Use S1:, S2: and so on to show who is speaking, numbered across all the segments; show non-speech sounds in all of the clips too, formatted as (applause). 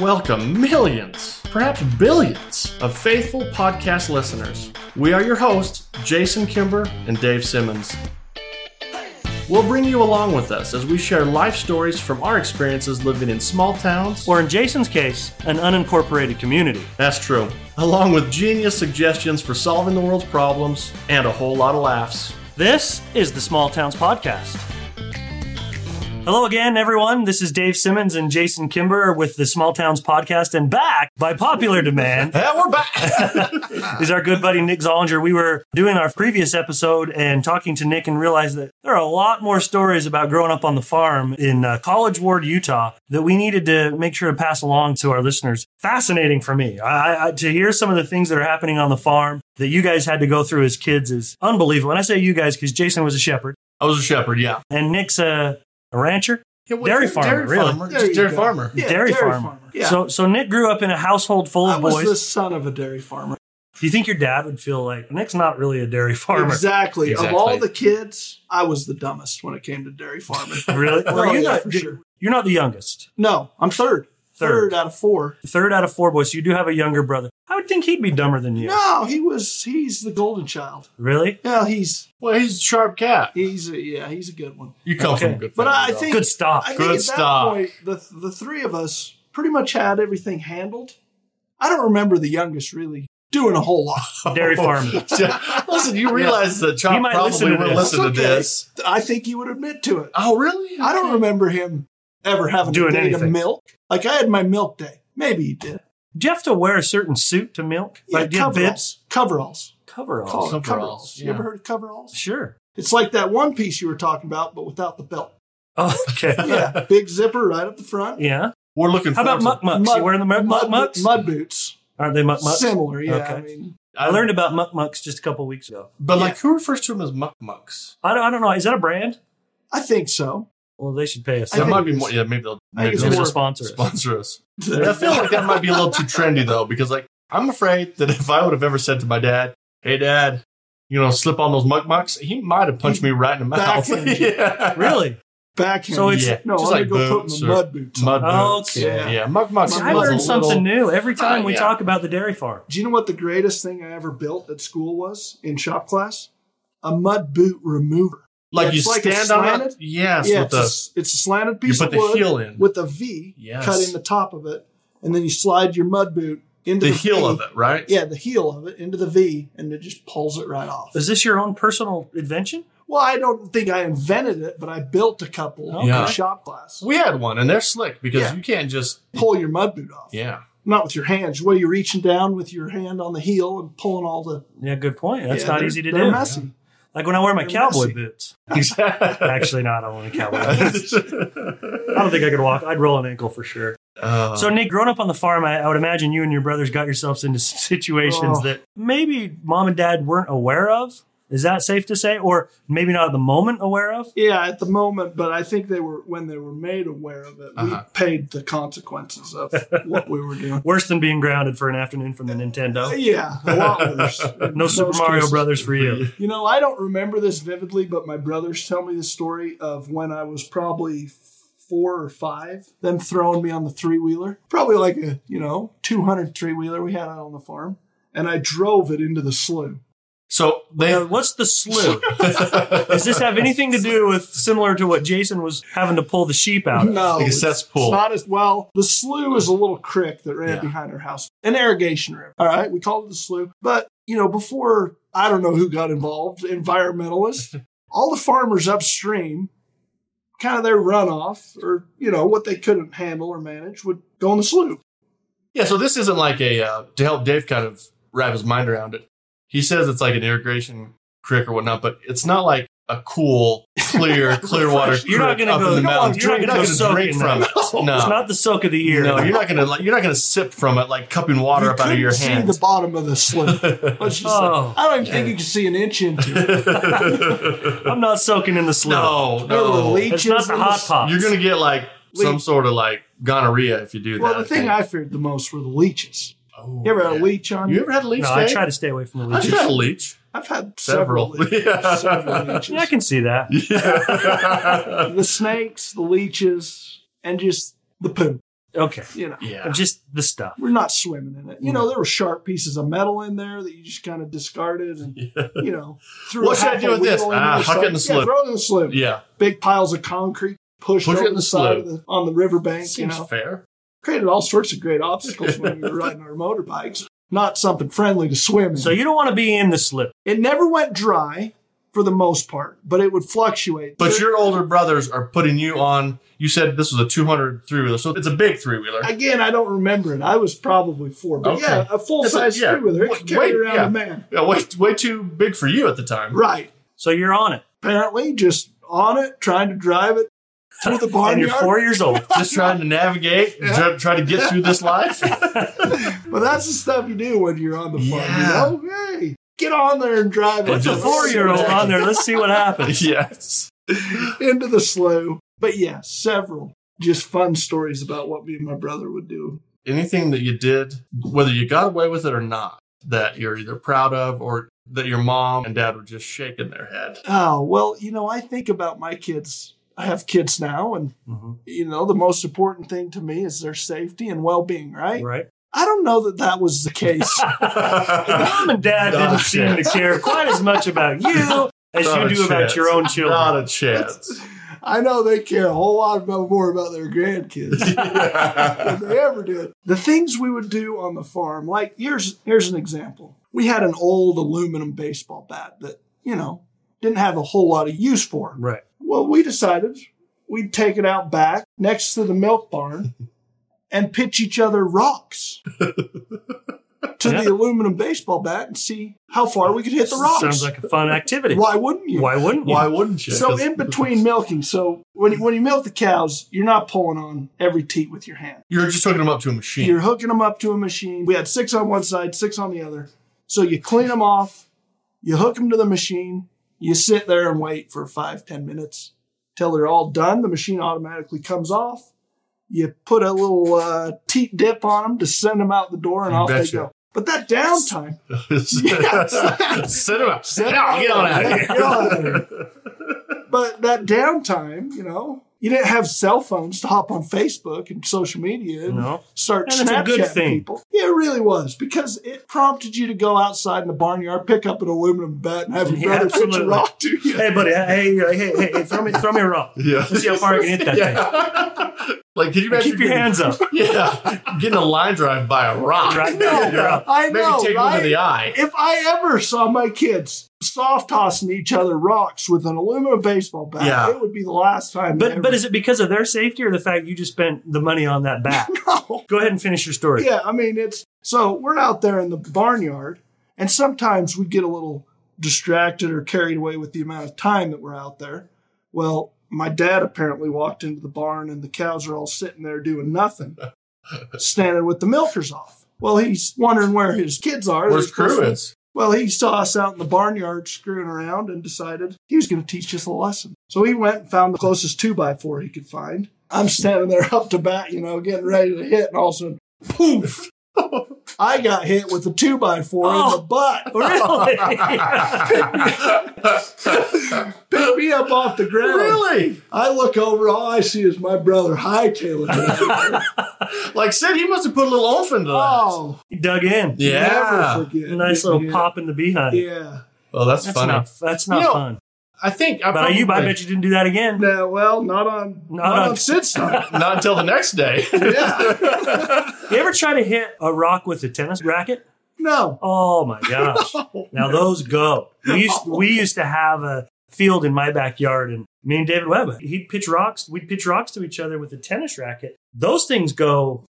S1: welcome millions, perhaps billions, of faithful podcast listeners. We are your hosts, Jason Kimber and Dave Simmons. We'll bring you along with us as we share life stories from our experiences living in small towns.
S2: or in Jason's case, an unincorporated community.
S1: That's true. Along with genius suggestions for solving the world's problems and a whole lot of laughs.
S2: This is the Small Towns Podcast. Hello again, everyone. This is Dave Simmons and Jason Kimber with the Small Towns Podcast, and back by popular demand
S1: Yeah, we're back. (laughs)
S2: is our good buddy Nick Zollinger. We were doing our previous episode and talking to Nick and realized that there are a lot more stories about growing up on the farm in uh, College Ward, Utah, that we needed to make sure to pass along to our listeners. Fascinating for me I, I, to hear some of the things that are happening on the farm that you guys had to go through as kids is unbelievable. And I say you guys because Jason was a shepherd
S1: I was a shepherd, yeah.
S2: and Nick's a, a rancher. Dairy farmer, really.
S1: farmer,
S3: There
S1: just
S3: you
S1: dairy
S3: go.
S1: farmer.
S3: Yeah,
S2: dairy, farmer.
S3: Yeah.
S2: So, so Nick grew up in a household full
S3: I
S2: of
S3: was
S2: boys.
S3: the son of a dairy farmer.
S2: Do you think your dad would feel like Nick's not really a dairy farmer?
S3: Exactly.
S4: Exactly.
S3: Of all the kids, I was the dumbest when it came to dairy farming.
S2: Really?
S3: Oh,
S2: Well, you're
S3: yeah,
S2: not-
S3: for sure.
S2: You're not the youngest.
S3: No, I'm third.
S2: Third.
S3: Third, out of four.
S2: third out of four boys. So you do have a younger brother. I would think he'd be dumber than you.
S3: No, he was. He's the golden child.
S2: Really?
S3: Yeah, he's
S1: Well, he's a sharp cat.
S3: he's a, yeah he's a good one.
S4: You come from
S2: Okay.
S4: a good
S3: But I
S4: family,
S3: think
S2: Good stop.
S3: I think
S1: Good
S3: at
S1: stop.
S3: that point the the three of us pretty much had everything handled. I don't remember the youngest really doing a whole lot.
S2: Dairy farming.
S1: (laughs) Listen, you realize that Chop
S2: He might
S1: probably
S2: listen to
S1: will
S2: this.
S1: listen to
S3: It's okay.
S1: this.
S3: I think he would admit to it.
S1: Oh, really?
S3: I don't remember him ever having
S2: Doing
S3: a day to
S2: anything.
S3: milk. Like I had my milk day. Though. Maybe he did.
S2: Do you have to wear a certain suit to milk? like do you have bibs?
S3: coveralls. Coveralls. Call
S2: Coveralls.
S3: it
S1: Oh, Coveralls,
S3: coveralls.
S1: yeah.
S3: You ever heard of coveralls?
S2: Sure.
S3: It's like that one piece you were talking about, but without the
S2: (laughs)
S3: belt.
S2: Oh, okay.
S3: Yeah, big zipper right up the front.
S2: yeah.
S1: We're looking
S2: How about
S1: forward
S2: muck
S1: to
S2: mucks? you wearing the muck muck
S3: mud,
S2: mucks?
S3: mud boots.
S2: Aren't they muck mucks?
S3: Similar, yeah.
S2: Okay.
S3: I mean,
S2: I learned about muck mucks just a couple weeks ago.
S1: But like, who refers to them as muck mucks?
S2: I don't, I don't know. Is that a brand?
S3: I think so.
S2: Well, they should pay us.
S3: I
S1: That
S3: think
S1: might
S3: it
S1: be
S3: is.
S1: more. Yeah, maybe they'll
S3: I think
S1: maybe
S3: it's
S1: they'll
S2: They'll
S3: more-
S2: sponsor us.
S1: sponsor (laughs) us.
S3: There
S1: I
S3: you
S1: feel
S3: go.
S1: like
S3: (laughs)
S1: that might be a little too trendy though, because like I'm afraid that if I would have ever said to my dad, "Hey, dad." You know, slip on those muck mucks. He might have punched me right (laughs) in the mouth.
S3: Backhanded.
S1: yeah.
S2: Really?
S3: Backhand.
S2: So it's-
S1: Yeah.
S3: no, I'm
S1: Just
S3: gonna
S1: like
S3: go
S1: boots
S3: put
S1: or
S3: my mud boots. on.
S1: Mud
S2: Oh,
S1: boots.
S2: okay.
S1: Yeah, yeah. Muck mucks.
S3: See,
S2: I
S1: was a
S2: learned something
S1: little-
S2: new every time we
S1: yeah.
S2: talk about the dairy farm.
S3: Do you know what the greatest thing I ever built at school was in shop class? A mud boot remover.
S1: Like
S3: Yeah,
S1: you
S3: it's like a
S1: stand on it.
S3: slanted-
S1: Yes,
S3: yeah,
S1: with
S3: it's,
S1: the
S3: a, s- it's a slanted piece
S1: put
S3: of
S1: the
S3: wood
S1: heel in.
S3: with a V
S1: Yes.
S3: cut in the top of it, and then you slide your mud boot into
S1: the
S3: the,
S1: heel
S3: V.
S1: of it, right?
S3: Yeah, the heel of it into the V, and it just pulls it right off.
S2: Is this your own personal invention?
S3: Well, I don't think I invented it, but I built a couple
S1: Yeah.
S3: in shop class.
S1: We had one, and they're slick because
S3: Yeah.
S1: you can't just
S3: Pull your mud boot off.
S2: (laughs)
S1: yeah.
S3: Not with your hands. What are you reaching down with your hand on the heel and pulling all the.
S2: Yeah, good point. That's
S3: Yeah,
S2: not
S3: they're-
S2: easy to
S3: they're
S2: do.
S3: messy.
S2: Like when I wear my
S3: They're
S2: cowboy
S3: messy.
S2: boots.
S1: Exactly. (laughs)
S2: Actually, no, I don't want a cowboy.
S3: (laughs)
S2: I don't think I could walk. I'd roll an ankle for sure.
S1: Uh,
S2: So, Nick, growing up on the farm, I, I would imagine you and your brothers got yourselves into (laughs) some situations
S3: Oh.
S2: that maybe mom and dad weren't aware of. Is that safe to say? Or maybe not at the moment aware of?
S3: Yeah, at the moment, but I think they were when they were made aware of it.
S1: Uh-huh.
S3: We paid the
S1: (laughs)
S3: consequences of what we were doing.
S2: Worse than being grounded for an afternoon from the Nintendo.
S3: Yeah, a lot worse.
S2: Oh, (laughs) No Super Mario Brothers for you.
S3: You know, I don't remember this vividly, but my brothers tell me the story of when I was probably four or five, them throwing me on the three wheeler, probably like a, you know, 200 three wheeler we had out on the farm. And I drove it into the slough.
S1: so they
S2: Now, Uh, what's the
S3: (laughs)
S2: slew?
S1: (laughs)
S2: Does this have anything to do with similar to what Jason was having to pull the sheep
S3: (laughs)
S2: out? of?
S3: No,
S1: Like a
S3: it's-
S1: cesspool.
S3: It's not as well. The slough is a little creek that ran
S1: Yeah.
S3: behind our house, an irrigation river. All right, we called it the slough. But you know, before I don't know who got
S1: (laughs)
S3: involved, environmentalists, all the farmers upstream, kind of their runoff or you know what they couldn't handle or manage would go in the slough.
S1: yeah. So this isn't like a uh, to help Dave kind of wrap his mind around it. He says it's like an irrigation creek or whatnot, but it's not like a cool,
S2: (laughs)
S1: clear, clear water.
S2: You're not
S1: creek
S2: gonna
S1: up
S2: go-
S1: in the
S2: you don't
S1: mountains.
S2: want- you're not gonna
S1: gonna
S2: soak
S1: drink
S2: in
S1: from
S2: that.
S1: it. No,
S2: It's not the soak of the year. Oh.
S1: no, you're not gonna like. You're not gonna sip from it like cupping water
S3: You
S1: up out of
S3: couldn't
S1: your
S3: see
S1: hand.
S3: the bottom of the
S1: (laughs)
S2: (laughs)
S3: slough. Let's just
S2: Oh.
S3: say, I don't even think you can see an inch into it.
S2: I'm not soaking in the slough.
S1: no,
S3: There were
S1: no.
S2: It's
S3: leeches
S2: not the
S3: in
S2: hot
S3: s-
S2: pot.
S1: You're gonna get like some sort of like gonorrhea if you (laughs) do
S3: Well,
S1: that. Oh,
S3: the thing I feared the most were the leeches. You ever had a leech on
S1: You ever had a leech?
S2: No, I
S1: Dave?
S2: try to stay away from the
S1: I've
S2: leeches.
S1: had a leech.
S3: I've had
S1: Several.
S3: several.
S1: (laughs) Yeah.
S3: leeches, several leeches.
S2: Yeah, I can see that.
S1: (laughs) Yeah.
S3: the snakes, the leeches, and just the poo.
S2: Okay.
S3: You know,
S1: Yeah.
S2: Just the stuff.
S3: we're not swimming in it. You know, there were sharp pieces of metal in there that you just kind of discarded and,
S1: (laughs)
S3: you know, threw
S1: What should I
S3: half
S1: do
S3: a
S1: with this?
S3: wheel into
S1: Ah,
S3: the
S1: huck it in
S3: side.
S1: the slough.
S3: Yeah, throw it in the slough.
S1: Yeah.
S3: Big piles of concrete pushed
S1: Push it
S3: over
S1: in
S3: the
S1: the
S3: side
S1: slough.
S3: of the, on the riverbank,
S1: Seems
S3: you know.
S1: fair.
S3: Created all sorts of great obstacles
S1: (laughs)
S3: when we were riding our motorbikes. Not something friendly to swim in.
S2: So you don't want to be in the slip.
S3: It never went dry for the most part, but it would fluctuate.
S1: But
S3: There-
S1: your older brothers are putting you on. You said this was a 200 three wheeler, so it's a big three wheeler.
S3: again, I don't remember it. I was probably four, but
S1: Okay.
S3: yeah, a full size
S1: It's a- yeah.
S3: three wheeler. It could carry
S1: Wait,
S3: around
S1: yeah.
S3: a man.
S1: Yeah, way, way too big for you at the time.
S3: Right.
S2: So you're on it.
S3: Apparently, just on it, trying to drive it through
S2: (laughs)
S3: the
S2: and you're
S3: barnyard.
S2: four years (laughs) old.
S1: Just trying to navigate,
S3: (laughs) Yeah.
S1: try, try to get through this
S3: (laughs)
S1: life.
S3: but that's the stuff you do when you're on the farm.
S1: Yeah.
S3: You know, hey, get on there and
S1: It's
S3: drive
S2: Put
S3: it
S2: the
S1: just-
S2: four year old on there. Let's see what (laughs) happens.
S1: yes.
S3: into the slough. But yeah, several just fun stories about what me and my brother would do.
S1: Anything that you did, whether you got away with it or not, that you're either proud of or that your mom and dad were just shaking their
S2: (laughs)
S1: head.
S3: Oh, well, you know, I think about my kids. I have kids now, and
S2: Mhm.
S3: you know, the most important thing to me is their safety and well being, right?
S2: Right?
S3: I don't know that that was
S2: (laughs)
S3: the case.
S2: Mom and dad didn't
S1: Not
S2: seem
S1: yet.
S2: to care quite as much about (laughs) you as
S1: Not
S2: you
S1: a
S2: do about
S1: chance.
S2: your own children.
S1: Not a chance.
S3: I know they care a whole lot about, more about their grandkids
S1: (laughs)
S3: than they ever did. The things we would do on the farm, like here's here's an example. We had an old aluminum baseball bat that, you know, didn't have a whole lot of use for.
S2: right.
S3: Well, we decided we'd take it out back next to the milk barn and pitch each
S2: (laughs)
S3: other rocks to
S2: Yeah.
S3: the aluminum baseball bat and see how far we could hit the rocks.
S2: Sounds like a fun activity.
S3: Why wouldn't you?
S2: Why wouldn't you?
S1: Why wouldn't you?
S3: So
S1: 'Cause-
S3: in between milking, so when you, when you milk the cows, you're not pulling on every teat with your hand.
S1: You're just hooking them up to a machine.
S3: You're hooking them up to a machine. We had six on one side, six on the other. So you clean them off, you hook them to the machine, you sit there and wait for five, ten minutes till they're all done. The machine automatically comes off. You put a little uh, teat dip on them to send them out the door, and
S1: You
S3: off they
S1: betcha.
S3: go. But that downtime,
S1: (laughs) Set him up. Now, get on out of here.
S3: Get on out of here. But that downtime, you know, you didn't have cell phones to hop on Facebook and social media and
S2: No.
S3: start
S2: And it's a good
S3: Snapchatting
S2: thing.
S3: people. Yeah, it really was because it prompted you to go outside in the barnyard, pick up an aluminum bat, and have
S2: (laughs)
S3: your
S2: Yeah,
S3: brother pitch a
S2: absolutely.
S3: rock to
S2: (laughs)
S3: (laughs) you.
S2: Hey, buddy. Hey, hey, hey, hey, hey, throw me, throw me a rock.
S1: Yeah.
S2: (laughs) Let's see how far I can hit that thing.
S1: yeah. (laughs) Like, can you imagine?
S2: Keep your
S1: getting-
S2: hands up.
S1: (laughs) Yeah. Getting a line drive by a rock.
S2: Right.
S3: No,
S2: You're up.
S3: I
S1: Maybe
S3: know,
S1: take one
S3: right?
S1: to the eye.
S3: If I ever saw my kids soft tossing each other rocks with an aluminum baseball bat,
S1: Yeah.
S3: it would be the last time.
S2: But
S3: ever.
S2: but is it because of their safety or the fact you just spent the money on
S1: (laughs)
S2: that bat?
S3: (laughs) no.
S2: Go ahead and finish your story.
S3: Yeah, I mean it's so we're out there in the barnyard, and sometimes we get a little distracted or carried away with the amount of time that we're out there. Well, my dad apparently walked into the barn, and the cows are all sitting there doing nothing, standing with the milkers off. Well, he's wondering where his kids are.
S1: Where's crew is?
S3: Well, he saw us out in the barnyard screwing around and decided he was going to teach us a lesson. So he went and found the closest two by four he could find. I'm standing there (laughs) up to bat, you know, getting ready to hit, and all of a sudden,
S1: (laughs)
S3: poof! I got hit with a two by four in
S2: Oh.
S3: the
S2: (laughs)
S3: butt. Picked me up off the ground.
S1: really?
S3: I look over, all I see is my brother hightailing
S2: (laughs)
S3: it.
S1: Like, Sid, he must have put a little oomph into that.
S3: oh,
S2: He dug in.
S1: yeah.
S3: never forget.
S2: Nice little
S3: Yeah.
S2: pop in the beehive.
S3: Yeah.
S1: Well, that's,
S2: That's
S1: funny.
S2: not that's not
S1: You know,
S2: fun.
S1: I think. I
S2: But I, you, I
S1: probably-
S2: bet you didn't do that again.
S3: No, well, not on not,
S2: Not on-
S3: on Sid's time.
S1: (laughs) Not until the next day.
S2: (laughs)
S3: yeah.
S2: You ever try to hit a rock with a tennis racket?
S3: No.
S2: Oh
S1: (laughs)
S2: my gosh!
S1: Oh,
S2: now those go. We used we used to have a field in my backyard, and me and David Webb, he'd pitch rocks. We'd pitch rocks to each other with a tennis racket. Those things go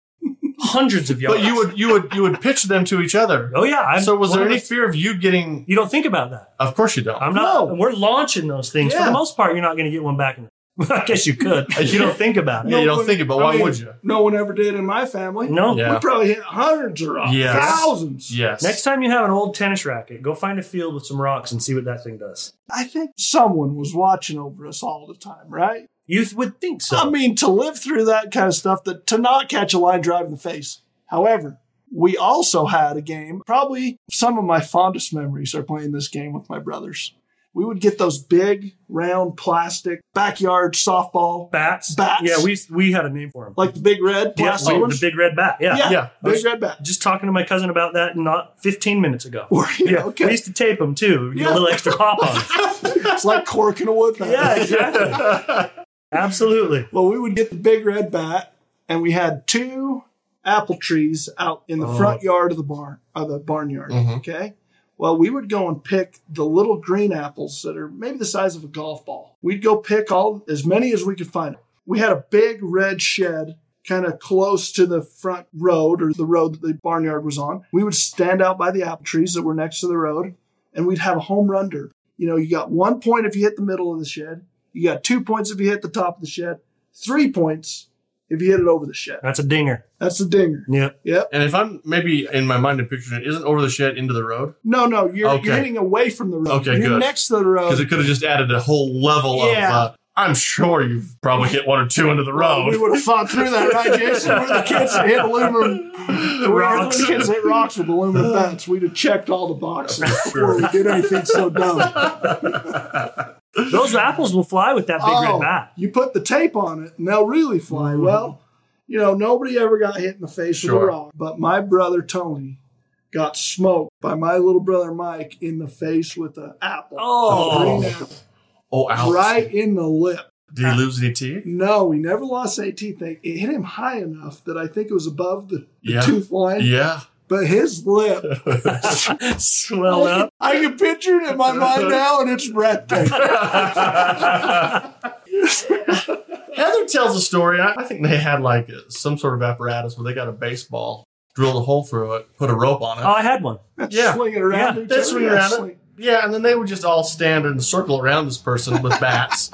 S2: hundreds of yards.
S1: but you would, you would, you would pitch them to each other.
S2: Oh yeah. I'm
S1: so was
S2: one
S1: there
S2: of
S1: any
S2: the- Uh,
S1: fear of you getting?
S2: You don't think about that.
S1: Of course you don't.
S2: I'm not.
S3: No.
S2: We're launching those things for
S3: Yeah.
S2: the most part. You're not going to get one back. in the- (laughs) I guess you could. You don't think about
S1: Yeah,
S2: it.
S1: you don't think about
S3: I
S1: why
S3: mean,
S1: would you?
S3: No one ever did in my family. (laughs)
S2: No.
S1: Yeah.
S3: We probably hit hundreds of rocks,
S1: Yes.
S3: thousands.
S1: Yes.
S2: Next time you have an old tennis racket, go find a field with some rocks and see what that thing does.
S3: I think someone was watching over us all the time, right?
S2: You th- would think so.
S3: I mean, to live through that kind of stuff, that to not catch a line drive in the face. However, we also had a game. Probably some of my fondest memories are playing this game with my brothers. we would get those big, round, plastic backyard softball,
S2: Bats.
S3: Bats.
S2: Yeah, we we had a name for them.
S3: like the big red
S2: yeah,
S3: plastic
S2: oh,
S3: ones.
S2: the big red bat. Yeah.
S3: yeah,
S1: (laughs) yeah.
S3: big red bat.
S2: Just talking to my cousin about that not 15 minutes ago.
S3: Or, (laughs) yeah, okay.
S2: We used to tape them too. Get a
S3: Yeah.
S2: little extra pop on. 'em.
S3: (laughs) it's like cork in a wood bat.
S2: yeah, exactly. Absolutely.
S3: Well, we would get the big red bat, and we had two apple trees out in the
S2: Oh.
S3: front yard of the barn, of the barnyard.
S1: Mhm.
S3: Okay. Well, we would go and pick the little green apples that are maybe the size of a golf ball. We'd go pick all as many as we could find. We had a big red shed kind of close to the front road or the road that the barnyard was on. We would stand out by the apple trees that were next to the road and we'd have a home run derby. You know, you got one point if you hit the middle of the shed, you got two points if you hit the top of the shed, three points if you hit it over the shed.
S2: That's a dinger.
S3: That's the dinger.
S2: Yep.
S3: Yep.
S1: And if I'm maybe in my mind, I'm picturing it isn't over the shed into the road
S3: No, no, you're, you're
S1: Okay.
S3: hitting away from the road.
S1: Okay,
S3: you're
S1: good.
S3: next to the road.
S1: because it could have just added a whole level
S3: Yeah.
S1: of. Uh, I'm sure you've probably hit one or two into the
S3: We
S1: road.
S3: would have fought through that, right, Jason? We're the kids
S1: (laughs)
S3: that hit aluminum. We were
S2: Rocks.
S3: the kids that hit rocks with
S1: (laughs)
S3: aluminum bats. We'd have checked all the boxes before we did anything
S1: (laughs)
S3: so dumb.
S2: Those apples will fly with that big
S3: oh,
S2: red bat.
S3: you put the tape on it, and they'll really fly. Well, you know, nobody ever got hit in the face with a
S1: Mm-hmm. Sure.
S3: rock, but my brother Tony got smoked by my little brother Mike in the face with an apple.
S2: Oh.
S3: A green apple.
S1: Oh, ouch.
S3: Right in the lip.
S1: Did he lose any teeth?
S3: No, he never lost 18 thing. It hit him high enough that I think it was above the, the
S1: Yeah.
S3: tooth line.
S1: Yeah. (laughs)
S3: But his lip,
S2: Swelled (laughs) up.
S3: I can picture it in
S1: (laughs)
S3: my mind now, and it's breathtaking.
S2: Oh,
S1: Heather tells a story. I, I think they had like a, some sort of apparatus where they got a baseball, drilled a hole through it, put a rope on it.
S2: Oh, I had one.
S3: (laughs)
S1: Yeah.
S3: Swing it around.
S2: Yeah,
S3: each
S1: they
S3: other.
S1: swing
S3: Yeah,
S1: around
S3: swing.
S1: it. Yeah, and then they would just all stand in a circle around this person with bats.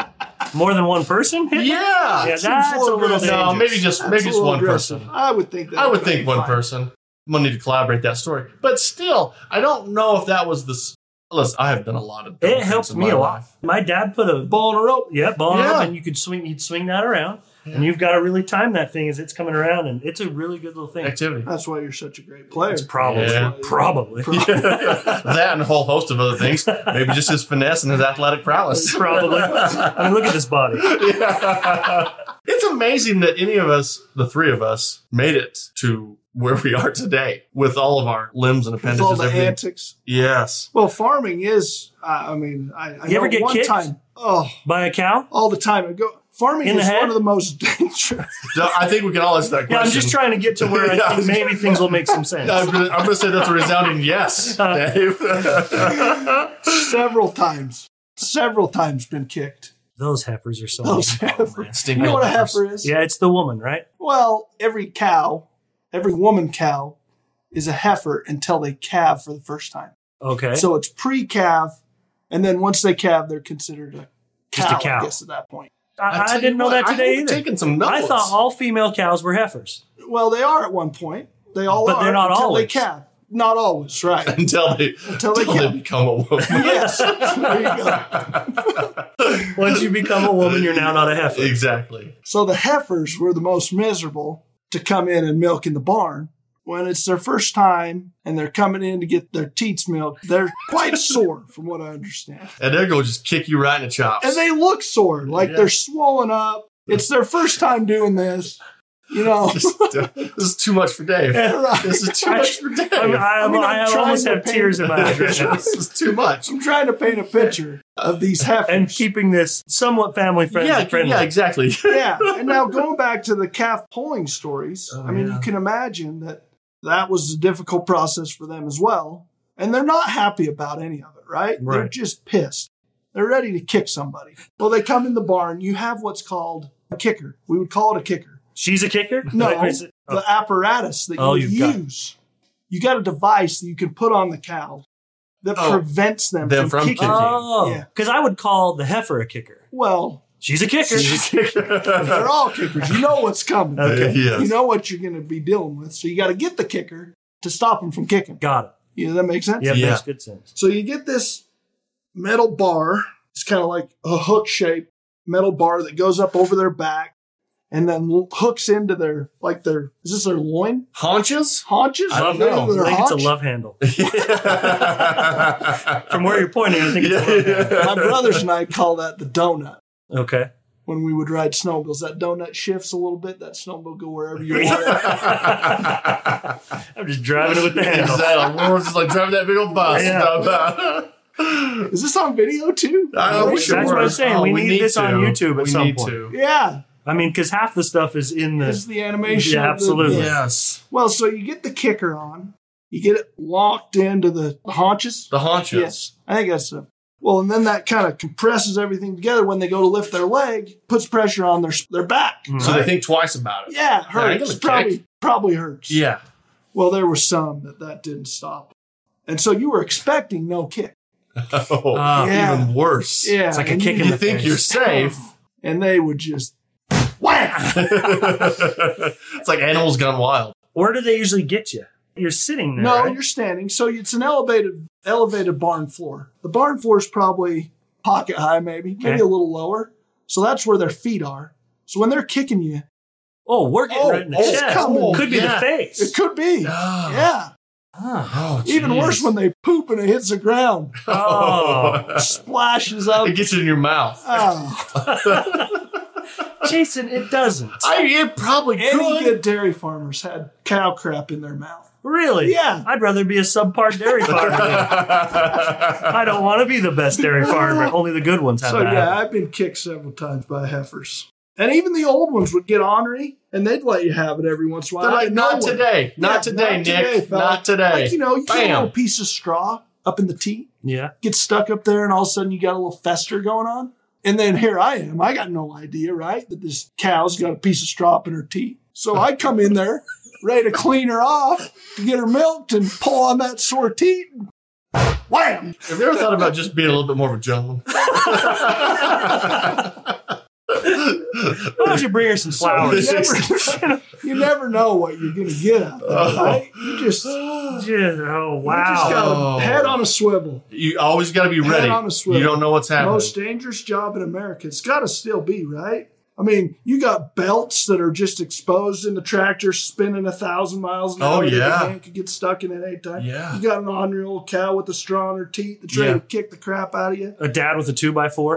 S2: More than one person?
S1: yeah.
S2: hit? Yeah, that's a
S3: little
S2: little
S3: aggressive.
S1: No,
S2: dangerous.
S1: maybe just
S3: That's
S1: maybe
S3: a
S1: just
S3: little
S1: one
S3: aggressive.
S1: person.
S3: I would think that.
S1: I would think
S3: be
S1: one
S3: fine.
S1: person. I'm gonna need to collaborate that story. But still, I don't know if that was this. Listen, I have done a lot of. dumb
S2: It
S1: things
S2: helped
S1: in
S2: me
S1: my
S2: a lot.
S1: life.
S2: My dad put a
S3: Ball and a rope.
S2: yeah ball on 'em,
S1: Yeah.
S2: and you could swing you'd swing that around, and
S1: Yeah.
S2: you've got to really time that thing as it's coming around, and it's a really good little thing.
S1: Activity.
S3: That's why you're such a great player.
S2: It's probably
S1: Yeah.
S2: (laughs) probably
S1: (laughs) that and a whole host of other things. Maybe just his finesse and his athletic prowess.
S2: (laughs) probably. I mean, look at this body.
S1: It's amazing that any of us, the three of us, made it to where we are today with all of our limbs and
S3: With
S1: appendages.
S3: all the
S1: everything.
S3: antics.
S1: Yes.
S3: Well, farming is. I I mean, I, I
S2: You ever
S3: know
S2: get
S3: one
S2: kicked?
S3: time. Oh,
S2: By a cow?
S3: all the time. I go farming
S2: In the
S3: is
S2: head?
S3: one of the most (laughs) dangerous.
S1: So I think we can all answer that question.
S2: Yeah, I'm just trying to get to where I
S1: Yeah, I
S2: think
S1: was
S2: maybe things will make some sense.
S1: I'm gonna, I'm gonna say that's a resounding yes, Dave.
S3: several times, several times been kicked.
S2: (laughs) Those heifers are so.
S3: Those
S2: mean.
S3: heifers.
S2: Oh, man.
S3: You know what a heifer is?
S2: Yeah, it's the woman, right?
S3: Well, every cow, every woman cow, is a heifer until they calve for the first time.
S2: Okay.
S3: So it's pre-calve, and then once they calve, they're considered a cow.
S2: Just a cow.
S3: I guess at that point.
S2: I, I
S1: tell you
S2: didn't know
S1: what,
S2: that
S1: I
S2: today
S1: have
S2: either.
S1: Taken some notes.
S2: I thought all female cows were heifers.
S3: Well, they are at one point. They all
S2: But
S3: are.
S2: they're not
S3: until They
S2: always.
S3: calve. Not always, right?
S2: (laughs)
S1: until they
S3: Until they
S1: until they
S3: calve.
S1: become a woman.
S3: yes. There you go.
S2: Once you become a (laughs) woman, you're now not a heifer.
S1: exactly.
S3: So the heifers were the most miserable to come in and milk in the barn. When it's their first time and they're coming in to get their teats milked, they're
S2: (laughs)
S3: quite sore, from what I understand.
S1: And they're gonna just kick you right in the chops.
S3: And they look sore, like
S1: Yeah.
S3: they're swollen up. It's their first time doing this, you know.
S1: (laughs) (laughs) Just, uh, this is too much for Dave.
S3: (laughs) I'm
S1: This is
S2: (laughs)
S1: too much for Dave.
S2: I'm, I,
S3: I mean,
S2: I
S3: I'm trying
S2: almost
S3: to
S2: have
S3: paint-
S2: tears in
S1: (laughs)
S2: my eyes right now.
S1: this is too much.
S3: trying to paint a picture of these heifers.
S2: And keeping this somewhat family friendly.
S1: yeah,
S2: friendly.
S1: yeah,
S2: (laughs)
S1: exactly.
S3: (laughs) yeah.
S1: (laughs)
S3: And now going back to the calf pulling stories,
S1: Oh,
S3: I mean,
S1: yeah.
S3: you can imagine that that was a difficult process for them as well. And they're not happy about any of it, right? They're
S2: Right.
S3: just pissed. They're ready to kick somebody. Well, they come in the barn. You have what's called a kicker. We would call it a kicker.
S2: She's a kicker?
S3: No,
S2: Like, is it- oh,
S3: the apparatus that you
S2: Oh,
S3: would
S2: you've got-
S3: use. You got a device that you can put on the cow that
S1: Oh.
S3: prevents them,
S1: Them
S3: from,
S1: from
S3: kicking.
S1: kicking.
S2: Oh,
S3: Yeah.
S2: because I would call the heifer a kicker.
S3: Well,
S2: She's a kicker.
S3: they're all kickers. You know
S2: (laughs)
S3: what's coming.
S1: Uh,
S2: Okay.
S1: Yes.
S3: you know what you're going to be dealing with. So you got to get the kicker to stop him from kicking.
S2: (laughs) Got
S3: You know, that makes sense?
S2: it. Yeah,
S1: Yeah.
S2: makes good sense.
S3: So you get this metal bar. It's kind of like a hook shape metal bar that goes up over their back. and then l- hooks into their like their is this their loin
S1: (laughs) Haunches?
S3: haunches?
S1: I don't
S3: Their-
S1: know.
S3: their
S2: I think it's a
S3: haunch?
S2: love handle.
S1: From
S2: (laughs) From where you're pointing, I think it's a love handle. (laughs)
S3: My brothers and I call that the donut.
S2: Okay.
S3: When we would ride snowmobiles, that donut shifts a little bit. That snowmobile go wherever you want.
S2: I'm just (laughs) driving it with the handle.
S1: Exactly. We're just like driving that big old bus. (laughs)
S3: Is this on video too?
S1: I don't wish it
S2: That's
S1: were.
S2: what I'm saying.
S1: Oh,
S2: We need this on YouTube at
S1: we
S2: some
S1: need
S2: point.
S1: To.
S3: Yeah,
S2: I mean, because half the stuff is in
S3: this is
S2: the.
S3: the animation.
S2: Yeah,
S3: of the-
S2: absolutely.
S1: Yes.
S3: Well, so you get the kicker on, you get it locked into the haunches.
S1: The haunches.
S3: Yes, I think that's the. Well, and then that kind of compresses everything together when they go to lift their leg, puts pressure on their their back.
S2: Mm.
S1: So they think twice about it.
S3: Yeah,
S1: Yeah, I get
S3: hurts.
S1: the
S3: probably
S1: kick.
S3: probably hurts.
S1: Yeah.
S3: Well, there were some that that didn't stop, and so you were expecting no kick.
S1: Oh,
S2: Ah.
S3: Yeah.
S1: even worse.
S3: Yeah,
S2: It's like a
S3: and
S2: kick
S3: you-
S2: in
S1: You
S2: the
S1: think
S2: face.
S1: you're
S2: (laughs)
S1: safe.
S3: and they would just whack.
S1: (laughs) it's like animals gone wild.
S2: Where do they usually get you? You're sitting there.
S3: No,
S2: right?
S3: you're standing. So it's an elevated elevated barn floor. The barn floor is probably pocket high, maybe
S2: Okay.
S3: maybe a little lower. So that's where their feet are. So when they're kicking you,
S2: Oh, we're getting
S1: Oh,
S2: right in the
S1: oh, it's
S2: chest.
S3: coming.
S2: Could be
S1: Yeah.
S2: the
S3: it
S2: face.
S3: could be.
S1: Ah.
S3: Yeah.
S2: Huh.
S1: Oh,
S3: Even
S1: jeez.
S3: worse when they poop and it hits
S1: (laughs)
S3: the ground,
S2: Oh.
S3: splashes up.
S1: it gets in your mouth. (laughs)
S3: Oh,
S2: Jason, it doesn't.
S1: I it probably
S3: any
S1: could. (laughs)
S3: good dairy farmers had cow crap in their mouth.
S2: Really?
S3: Yeah.
S2: I'd rather be a subpar dairy farmer. than- I don't want to be the best dairy farmer. Only the good ones have
S3: So
S2: that.
S3: yeah, I've been kicked several times by heifers, and even the old ones would get ornery and they'd let you have it every once in a while.
S1: They're
S3: I
S1: like,
S3: had no
S1: not
S3: one."
S1: today.
S3: Yeah,
S1: Not today, Nick.
S3: fella."
S1: not today.
S3: Like you know, you get a little
S1: Bam.
S3: piece of straw up in the teat,
S2: yeah.
S3: gets stuck up there, and all of a sudden you got a little fester going on. And then here I am. I got no idea, right, that this cow's got a piece of straw up in her teat. So I come in there, ready to clean her off, to get her milked, and pull on that sore teat. and Wham!
S1: Have you ever thought about just being a little bit more of a
S3: (laughs)
S1: gentleman? (laughs)
S2: Why don't you bring her (laughs) some flowers?
S3: (laughs)
S1: This
S2: Jason?
S1: is-
S3: You never know what you're gonna get out of it, right? You just, you
S2: Yeah, oh,
S3: just
S2: wow.
S1: Oh.
S3: got a head on a swivel.
S1: you always got to be ready.
S3: on a swivel.
S1: You don't know what's happening.
S3: most dangerous job in America. It's got to still be, right? I mean, you got belts that are just exposed in the tractor, spinning a thousand miles an
S1: Oh,
S3: hour. that
S1: yeah.
S3: the hand could get stuck in at any time.
S1: Yeah.
S3: You got an on-year-old cow with a straw in her teeth that's ready
S1: Yeah.
S3: to kick the crap out of you.
S2: A dad with a two by four.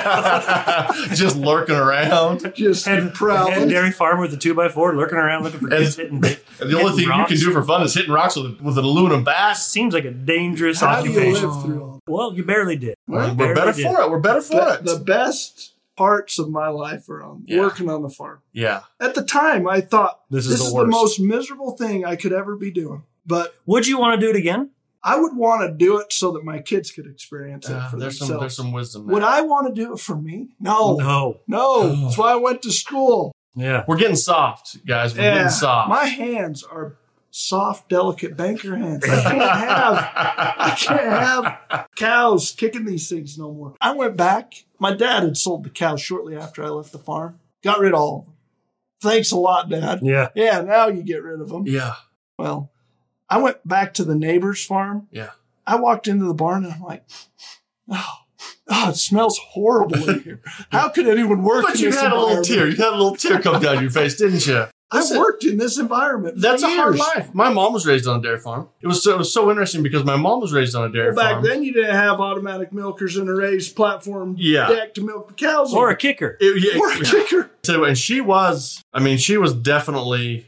S1: (laughs) just lurking around.
S3: Just
S2: Head, head
S3: prowling.
S2: dairy farmer with a two by four lurking around looking for kids hitting.
S1: And the only thing you can do for fun is hitting rocks with, with an aluminum bat.
S2: seems like a dangerous
S3: How do you
S2: occupation.
S3: live through all
S2: Well, you barely did.
S3: Well,
S1: We're better
S2: Barely
S1: for it. We're better for
S3: that?
S1: it.
S3: The best parts of my life are on
S1: Yeah.
S3: working on the farm.
S1: yeah.
S3: At the time, I thought
S2: This is
S3: this
S2: the
S3: is the
S2: worst.
S3: most miserable thing I could ever be doing. But
S2: Would you want to do it again?
S3: I would want to do it so that my kids could experience it
S1: Uh,
S3: for
S1: there's some
S3: themselves.
S1: there's some wisdom. There.
S3: Would I want to do it for me? No, no.
S2: No.
S3: That's why I went to school.
S2: Yeah.
S1: We're getting soft, guys. We're
S3: Yeah.
S1: getting soft.
S3: My hands are soft, delicate banker hands. I can't have
S1: (laughs)
S3: I can't have cows kicking these things no more. I went back. My dad had sold the cows shortly after I left the farm. Got rid of all of them. Thanks a lot, Dad.
S2: Yeah.
S3: Yeah, now you get rid of them.
S1: yeah.
S3: Well, I went back to the neighbor's farm.
S1: Yeah.
S3: I walked into the barn and I'm like, oh, oh it smells horrible in here. How could anyone work
S1: But
S3: in
S1: you
S3: this
S1: had a little
S3: environment?
S1: tear. You had a little tear come down your face, didn't
S3: (laughs)
S1: you?
S3: I've worked in this environment. for
S1: That's a hard
S3: years.
S1: life. My mom was raised on a dairy farm. It was so, it was so interesting because my mom was raised on a dairy
S3: Well, back
S1: farm.
S3: then, you didn't have automatic milkers and a raised platform
S1: Yeah.
S3: deck to milk the cows.
S2: Or a
S3: on.
S2: kicker.
S1: It- yeah,
S3: or a kicker.
S1: So, and she was, I mean, she was definitely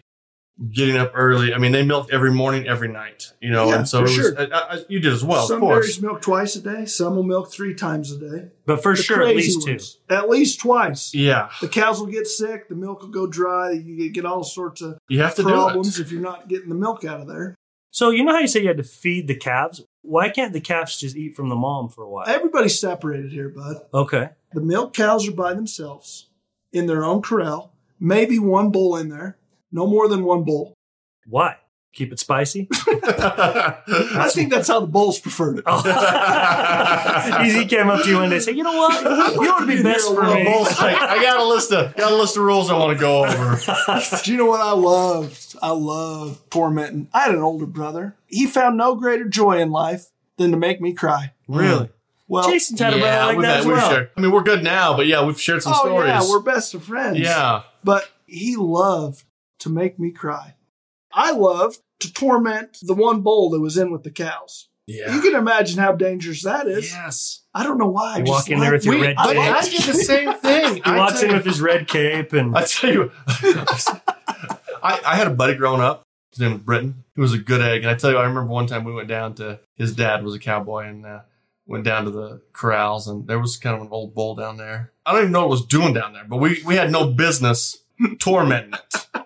S1: getting up early. I mean, they milked every morning, every night, you know,
S3: Yeah,
S1: and so it
S3: for
S1: was,
S3: sure.
S1: I, I, you did as well,
S3: some
S1: of course.
S3: dairies milk twice a day. Some will milk three times a day.
S2: But for
S3: The
S2: sure, at
S3: crazy
S2: least two.
S3: ones. At least twice.
S1: Yeah.
S3: The cows will get sick. The milk will go dry. You get all sorts of
S1: You have to
S3: problems
S1: do (laughs) it.
S3: if you're not getting the milk out of there.
S2: So you know how you say you had to feed the calves? Why can't the calves just eat from the mom for a while?
S3: Everybody's separated here, bud.
S2: Okay.
S3: The milk cows are by themselves in their own corral. Maybe one bull in there. No more than one bull.
S2: Why? Keep it
S1: (laughs)
S2: spicy? (laughs)
S3: I think that's how the bulls preferred it.
S2: Oh. Easy came up to you one day and said, You
S1: (laughs)
S2: know what? You know what would be best for
S1: Well, (laughs)
S2: me?
S1: Bull's like, I got a list of got a list of rules I want to go over.
S3: (laughs) Do you know what I loved? I loved tormenting. I had an older brother. He found no greater joy in life than to make me cry.
S2: Really?
S3: Well,
S2: Jason's had a brother like
S1: we've
S2: that
S1: had-
S2: as
S1: we've
S2: well.
S1: shared. I mean, we're good now, but yeah, we've shared some
S3: oh
S1: stories.
S3: yeah, we're best of friends.
S1: Yeah.
S3: But he loved to make me cry. I loved to torment the one bull that was in with the cows.
S1: Yeah.
S3: You can imagine how dangerous that is.
S1: yes.
S3: I don't know why. I
S2: You
S3: just
S2: walk in there
S3: like-
S2: with your
S1: We-
S2: red
S1: I,
S2: cape.
S1: I did the
S2: (laughs)
S1: same thing.
S2: He
S1: I
S2: walks
S1: tell (laughs)
S2: in
S1: you-
S2: with his red
S1: (laughs)
S2: cape and
S1: I tell you, I, I had a buddy growing up. His name was Britton. He was a good egg. And I tell you, I remember one time we went down to his dad was a cowboy and uh, went down to the corrals, and there was kind of an old bull down there. I don't even know what it was doing down there, but we, we had no business (laughs) tormenting it.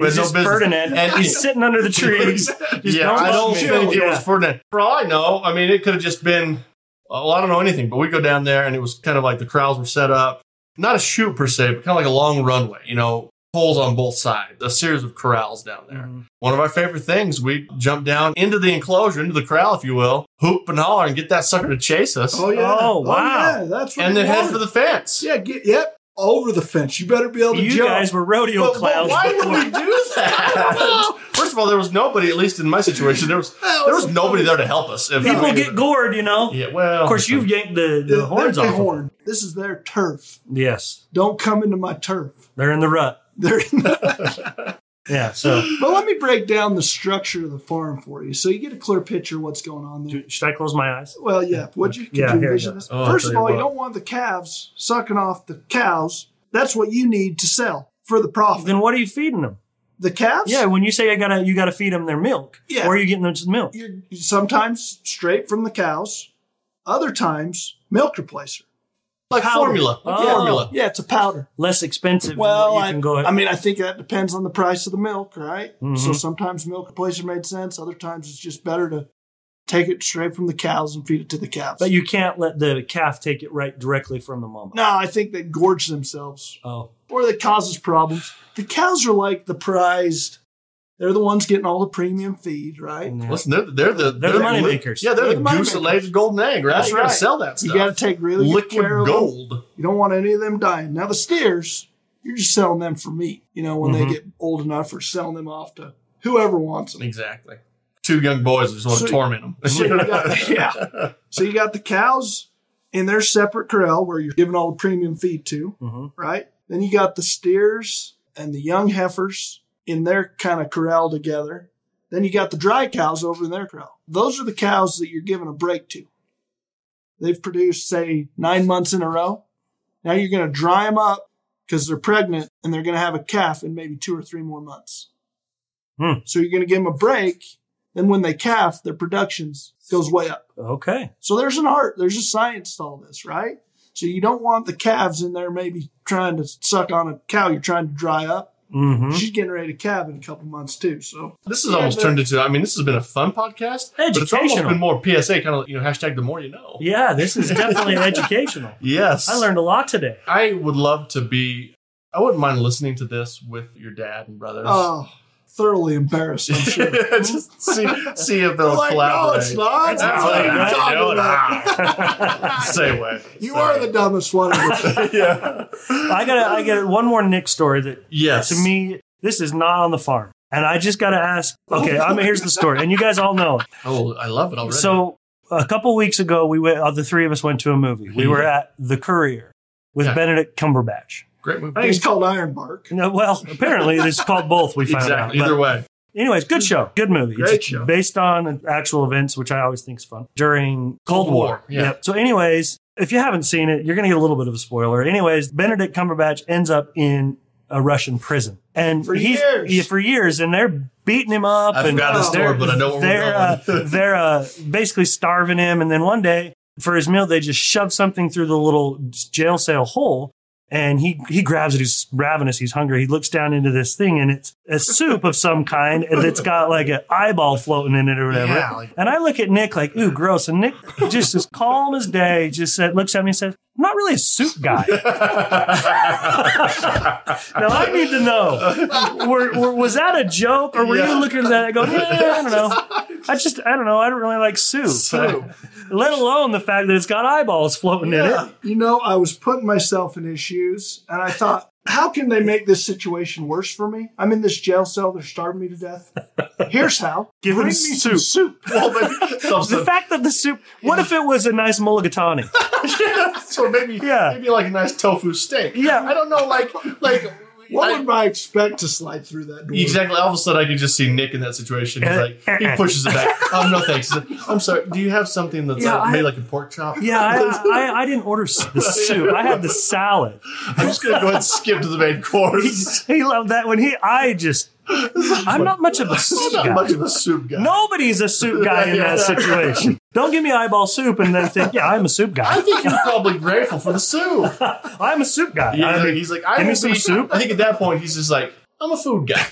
S1: We had
S2: he's
S1: no
S2: just
S1: business.
S2: Ferdinand.
S1: And
S2: he's
S1: he's- (laughs)
S2: sitting under the tree. Just
S1: yeah,
S2: don't
S1: I don't
S2: let me
S1: think
S2: know.
S1: it was Ferdinand. For all I know, I mean, it could have just been. Well, I don't know anything, but we go down there, and it was kind of like the corrals were set up, not a chute per se, but kind of like a long runway. You know, holes on both sides, a series of corrals down there.
S2: Mhm.
S1: One of our favorite things, we jump down into the enclosure, into the corral, if you will, hoop and holler, and get that sucker to chase us,
S3: Oh yeah.
S2: Oh, wow.
S3: yeah, that's what
S1: and
S3: he
S1: then head
S3: wanted.
S1: for the fence.
S3: Yeah, get yep over the fence. You better be able to
S2: You
S3: jump.
S2: guys were rodeo
S1: But, but
S2: clowns.
S1: why would
S2: before.
S1: we do
S3: (laughs)
S1: that? First of all, there was nobody, at least in my situation, there was
S3: That
S1: there was
S3: a
S1: nobody there to help us. If-
S2: People get gored, you know.
S1: Yeah, well,
S2: Of
S1: (laughs)
S2: course, you've yanked the,
S3: funny-
S2: the horns
S3: they're
S2: off.
S3: the
S2: of them.
S3: horn. This is their turf.
S2: Yes,
S3: Don't come into my turf. (laughs)
S2: they're in the rut.
S3: They're
S2: Yeah. So
S3: (laughs) but let me break down the structure of the farm for you, so you get a clear picture of what's going on there.
S2: do- should I close my eyes?
S3: Well, yeah. Would you? Could
S2: Yeah,
S3: you
S2: here you
S3: envision
S2: go.
S3: this?
S1: Oh, I'll tell
S3: First of
S1: you
S3: all, you
S1: what.
S3: don't want the calves sucking off the cows. That's what you need to sell for the profit.
S2: Then what are you feeding them?
S3: the calves.
S2: Yeah, when you say I gotta, you gotta feed them their milk.
S3: Yeah.
S2: Where are you getting them milk?
S3: You're sometimes straight from the cows. Other times, milk replacer.
S1: like
S3: Powder.
S1: formula,
S2: Oh.
S1: formula.
S3: Yeah, it's a powder.
S2: Less expensive.
S3: Well,
S2: Well, you
S3: I,
S2: can go.
S3: I mean, I think that depends on the price of the milk, right? So
S2: Mhm.
S3: sometimes milk replacer made sense. Other times it's just better to take it straight from the cows and feed it to the calves.
S2: but you can't let the calf take it right directly from the mama.
S3: no, I think they gorge themselves
S2: Oh,
S3: or that causes problems. The cows are like the prized. They're the ones getting all the premium feed, right?
S2: yeah.
S1: Listen, they're, they're the
S2: They're the money makers.
S1: Yeah, they're,
S3: They're
S1: the,
S3: the money
S1: goose that
S3: makers.
S1: lays the golden egg, right?
S3: That's
S1: you gotta
S3: right.
S1: sell that stuff.
S3: You got to take really good
S1: liquid
S3: care of them.
S1: gold.
S3: You don't want any of them dying. Now the steers, you're just selling them for meat. You know, when
S2: Mhm.
S3: they get old enough, or selling them off to whoever wants them.
S1: Exactly. Two young boys that just want
S3: So-
S1: to torment them.
S3: So you
S1: (laughs)
S3: got, (laughs) yeah. So you got the cows in their separate corral where you're giving all the premium feed to,
S2: hmm
S3: right? Then you got the steers and the young heifers in their kind of corral together. Then you got the dry cows over in their corral. Those are the cows that you're giving a break to. They've produced, say, nine months in a row. Now you're going to dry them up because they're pregnant and they're going to have a calf in maybe two or three more months.
S2: Hmm.
S3: So you're going to give them a break. Then when they calf, their productions goes way up.
S2: Okay.
S3: So there's an art, there's a science to all this, right? So you don't want the calves in there maybe trying to suck on a cow you're trying to dry up.
S2: hmm
S3: She's getting ready to calve in a couple months too. So
S1: this has almost turned into. I mean, this has been a fun podcast, but it's almost
S2: Educational.
S1: been more PSA, kind of you know hashtag the more you know.
S2: Yeah, this is
S3: (laughs)
S2: definitely educational.
S1: Yes,
S2: I learned a lot today.
S1: I would love to be. I wouldn't mind listening to this with your dad and brothers.
S3: oh thoroughly embarrassed,
S1: (laughs)
S3: I'm (laughs) sure.
S1: just see, see if (laughs) they'll
S3: They're like,
S1: collaborate.
S3: no, it's not.
S2: That's
S3: That's what
S2: right,
S3: I'm
S2: right?
S3: talking
S1: No,
S3: about.
S2: I
S1: Say what?
S3: You
S1: Say (laughs)
S3: are
S1: what.
S3: the (laughs) dumbest one. ever.
S1: yeah.
S2: gotta, I got one more Nick story that
S1: Yes.
S2: to me, this is not on the farm. And I just got to ask. Okay, I mean, here's the story, and you guys all know.
S1: Oh, I love it already.
S2: So a couple weeks ago, we went. Uh, the three of us went to a movie. We were at The Courier with
S1: Yeah.
S2: Benedict Cumberbatch.
S1: great
S3: I
S1: movie.
S3: think it's called Iron Bark.
S2: No, well, apparently it's called both. We found
S1: Exactly.
S2: out.
S1: Either
S2: But
S1: way. (laughs)
S2: anyways, good show, good movie.
S1: Great
S2: it's
S1: show.
S2: based on actual events, which I always think is fun during Cold,
S1: Cold
S2: War.
S1: War, yeah.
S2: So, anyways, if you haven't seen it, you're going to get a little bit of a spoiler. Anyways, Benedict Cumberbatch ends up in a Russian prison, and
S3: For
S2: he's
S3: years.
S2: yeah, for years, and they're beating him up.
S1: I
S2: and
S1: forgot
S3: his
S2: they're-
S1: story, but I know where we're
S2: they're uh,
S1: going. (laughs)
S2: they're uh, basically starving him, and then one day for his meal, they just shove something through the little jail cell hole. And he, he grabs it. He's ravenous. He's hungry. He looks down into this thing, and it's a soup of some kind, and it's got like an eyeball floating in it or whatever.
S1: Yeah, like-
S2: and I look at Nick like, ooh, gross. And Nick, just as calm as day, just said, looks at me and says, "I'm not really a soup guy." Now I need to know. Were, were, was that a joke, or were
S1: Yeah.
S2: you looking at that and going, "Yeah, I don't know. I just, I don't know. I don't really like soup,
S1: Soup.
S2: let alone the fact that it's got eyeballs floating in it."
S3: You know, I was putting myself in issues, and I thought, how can they make this situation worse for me? I'm in this jail cell; they're starving me to death. Here's how:
S2: Give them
S3: bring me some soup.
S1: well, but so,
S2: The
S1: so,
S2: fact that the soup. What if it was a nice mulligatawny?
S1: (laughs) so maybe
S2: Yeah.
S1: maybe like a nice tofu steak.
S2: Yeah.
S1: I don't know, like like
S3: What
S1: I-
S3: would I expect to slide through that
S1: (laughs)
S3: door?
S1: Exactly. All of a sudden, I could just see Nick in that situation. He's like,
S2: (laughs)
S1: he pushes it back. Oh no, thanks. He's like, I'm sorry. Do you have something that's
S2: Yeah,
S1: like,
S2: I-
S1: made like a pork chop?
S2: Yeah, I, I, I didn't order s-
S1: (laughs)
S2: the soup. I had the salad.
S1: I'm just gonna go ahead and skip to the main course.
S2: He loved that when he. I just. I'm not much of a soup
S1: (laughs) I'm not
S2: guy.
S1: much of a soup guy.
S2: Nobody's a soup guy in that situation. Don't give me eyeball soup and then think, yeah, I'm a soup
S1: I
S2: guy.
S1: think you're probably grateful for the
S2: (laughs)
S1: soup.
S2: I'm a soup guy.
S1: Yeah,
S2: I mean,
S1: he's like, I
S2: give me
S1: will
S2: some
S1: be-
S2: soup.
S1: I think at that point he's just like, I'm a food
S2: (laughs)
S1: guy.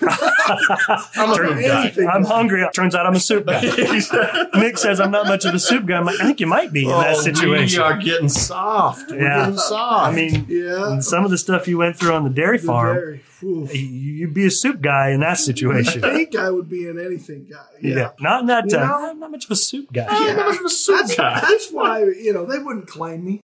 S1: I'm a food guy. (laughs)
S3: anything.
S2: I'm hungry. Turns out I'm a soup guy.
S1: Exactly.
S2: Nick says I'm not much of a soup guy. I'm like, I think you might be in that
S1: Oh,
S2: situation.
S1: We are getting soft. We're
S2: Yeah.
S1: getting soft.
S2: I mean,
S3: Yeah.
S2: some of the stuff you went through on the dairy farm,
S3: Very. Oof.
S2: you- you'd be a soup guy in
S1: (laughs)
S2: that situation.
S3: I think I would be an anything guy.
S2: Yeah.
S3: Yeah.
S2: Not in that
S3: You
S2: time.
S3: know?
S2: I'm not much of a soup guy.
S1: I'm not much of a soup
S3: That's,
S1: guy.
S3: that's why, you know, they wouldn't claim me.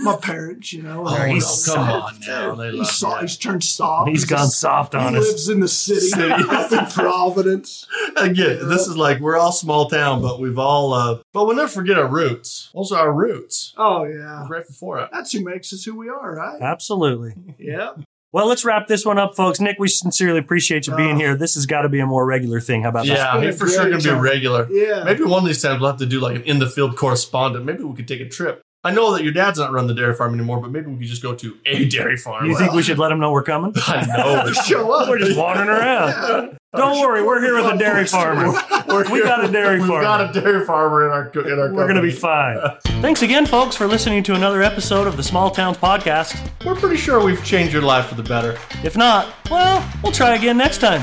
S3: My parents, you know.
S1: Oh, no,
S2: he's
S1: come on
S3: soft.
S1: now. They
S3: he's,
S1: love
S3: so-
S1: that.
S3: he's turned soft.
S2: He's gone soft
S3: He
S2: on us.
S3: lives in the city,
S1: City.
S3: (laughs) up in Providence.
S1: (laughs) Again, this is like we're all small town, but we've all uh but we'll never forget our roots. Those are our roots.
S3: Oh,
S1: We're
S2: (laughs)
S3: yeah.
S1: grateful for it.
S3: That's who makes us who we are, right?
S2: Absolutely.
S3: Yeah.
S2: Well, let's wrap this one up, folks. Nick, we sincerely appreciate you being
S3: Oh.
S2: here. This has got to be a more regular thing. How about that?
S1: Yeah,
S3: been
S1: he's
S3: a
S1: for sure
S3: great
S1: gonna be
S3: time.
S1: regular.
S3: Yeah.
S1: Maybe one of these times we'll have to do like an in the field correspondent. Maybe we could take a trip. I know that your dad's not running the dairy farm anymore, but maybe we could just go to a dairy farm.
S2: You think we should let them know we're
S3: (laughs)
S2: coming?
S1: (laughs) I
S2: (laughs)
S1: know.
S3: Show up.
S2: We're just wandering around.
S3: Yeah.
S2: Don't worry, we're here with a dairy farmer. We got a dairy
S1: We've
S2: farmer.
S1: got a dairy farmer in our co- in our.
S2: We're going to be
S1: company.
S2: fine. Thanks again, folks, for listening to another episode of the Small Towns Podcast.
S1: We're pretty sure we've changed your life for the better.
S2: If not, well, we'll try again next time.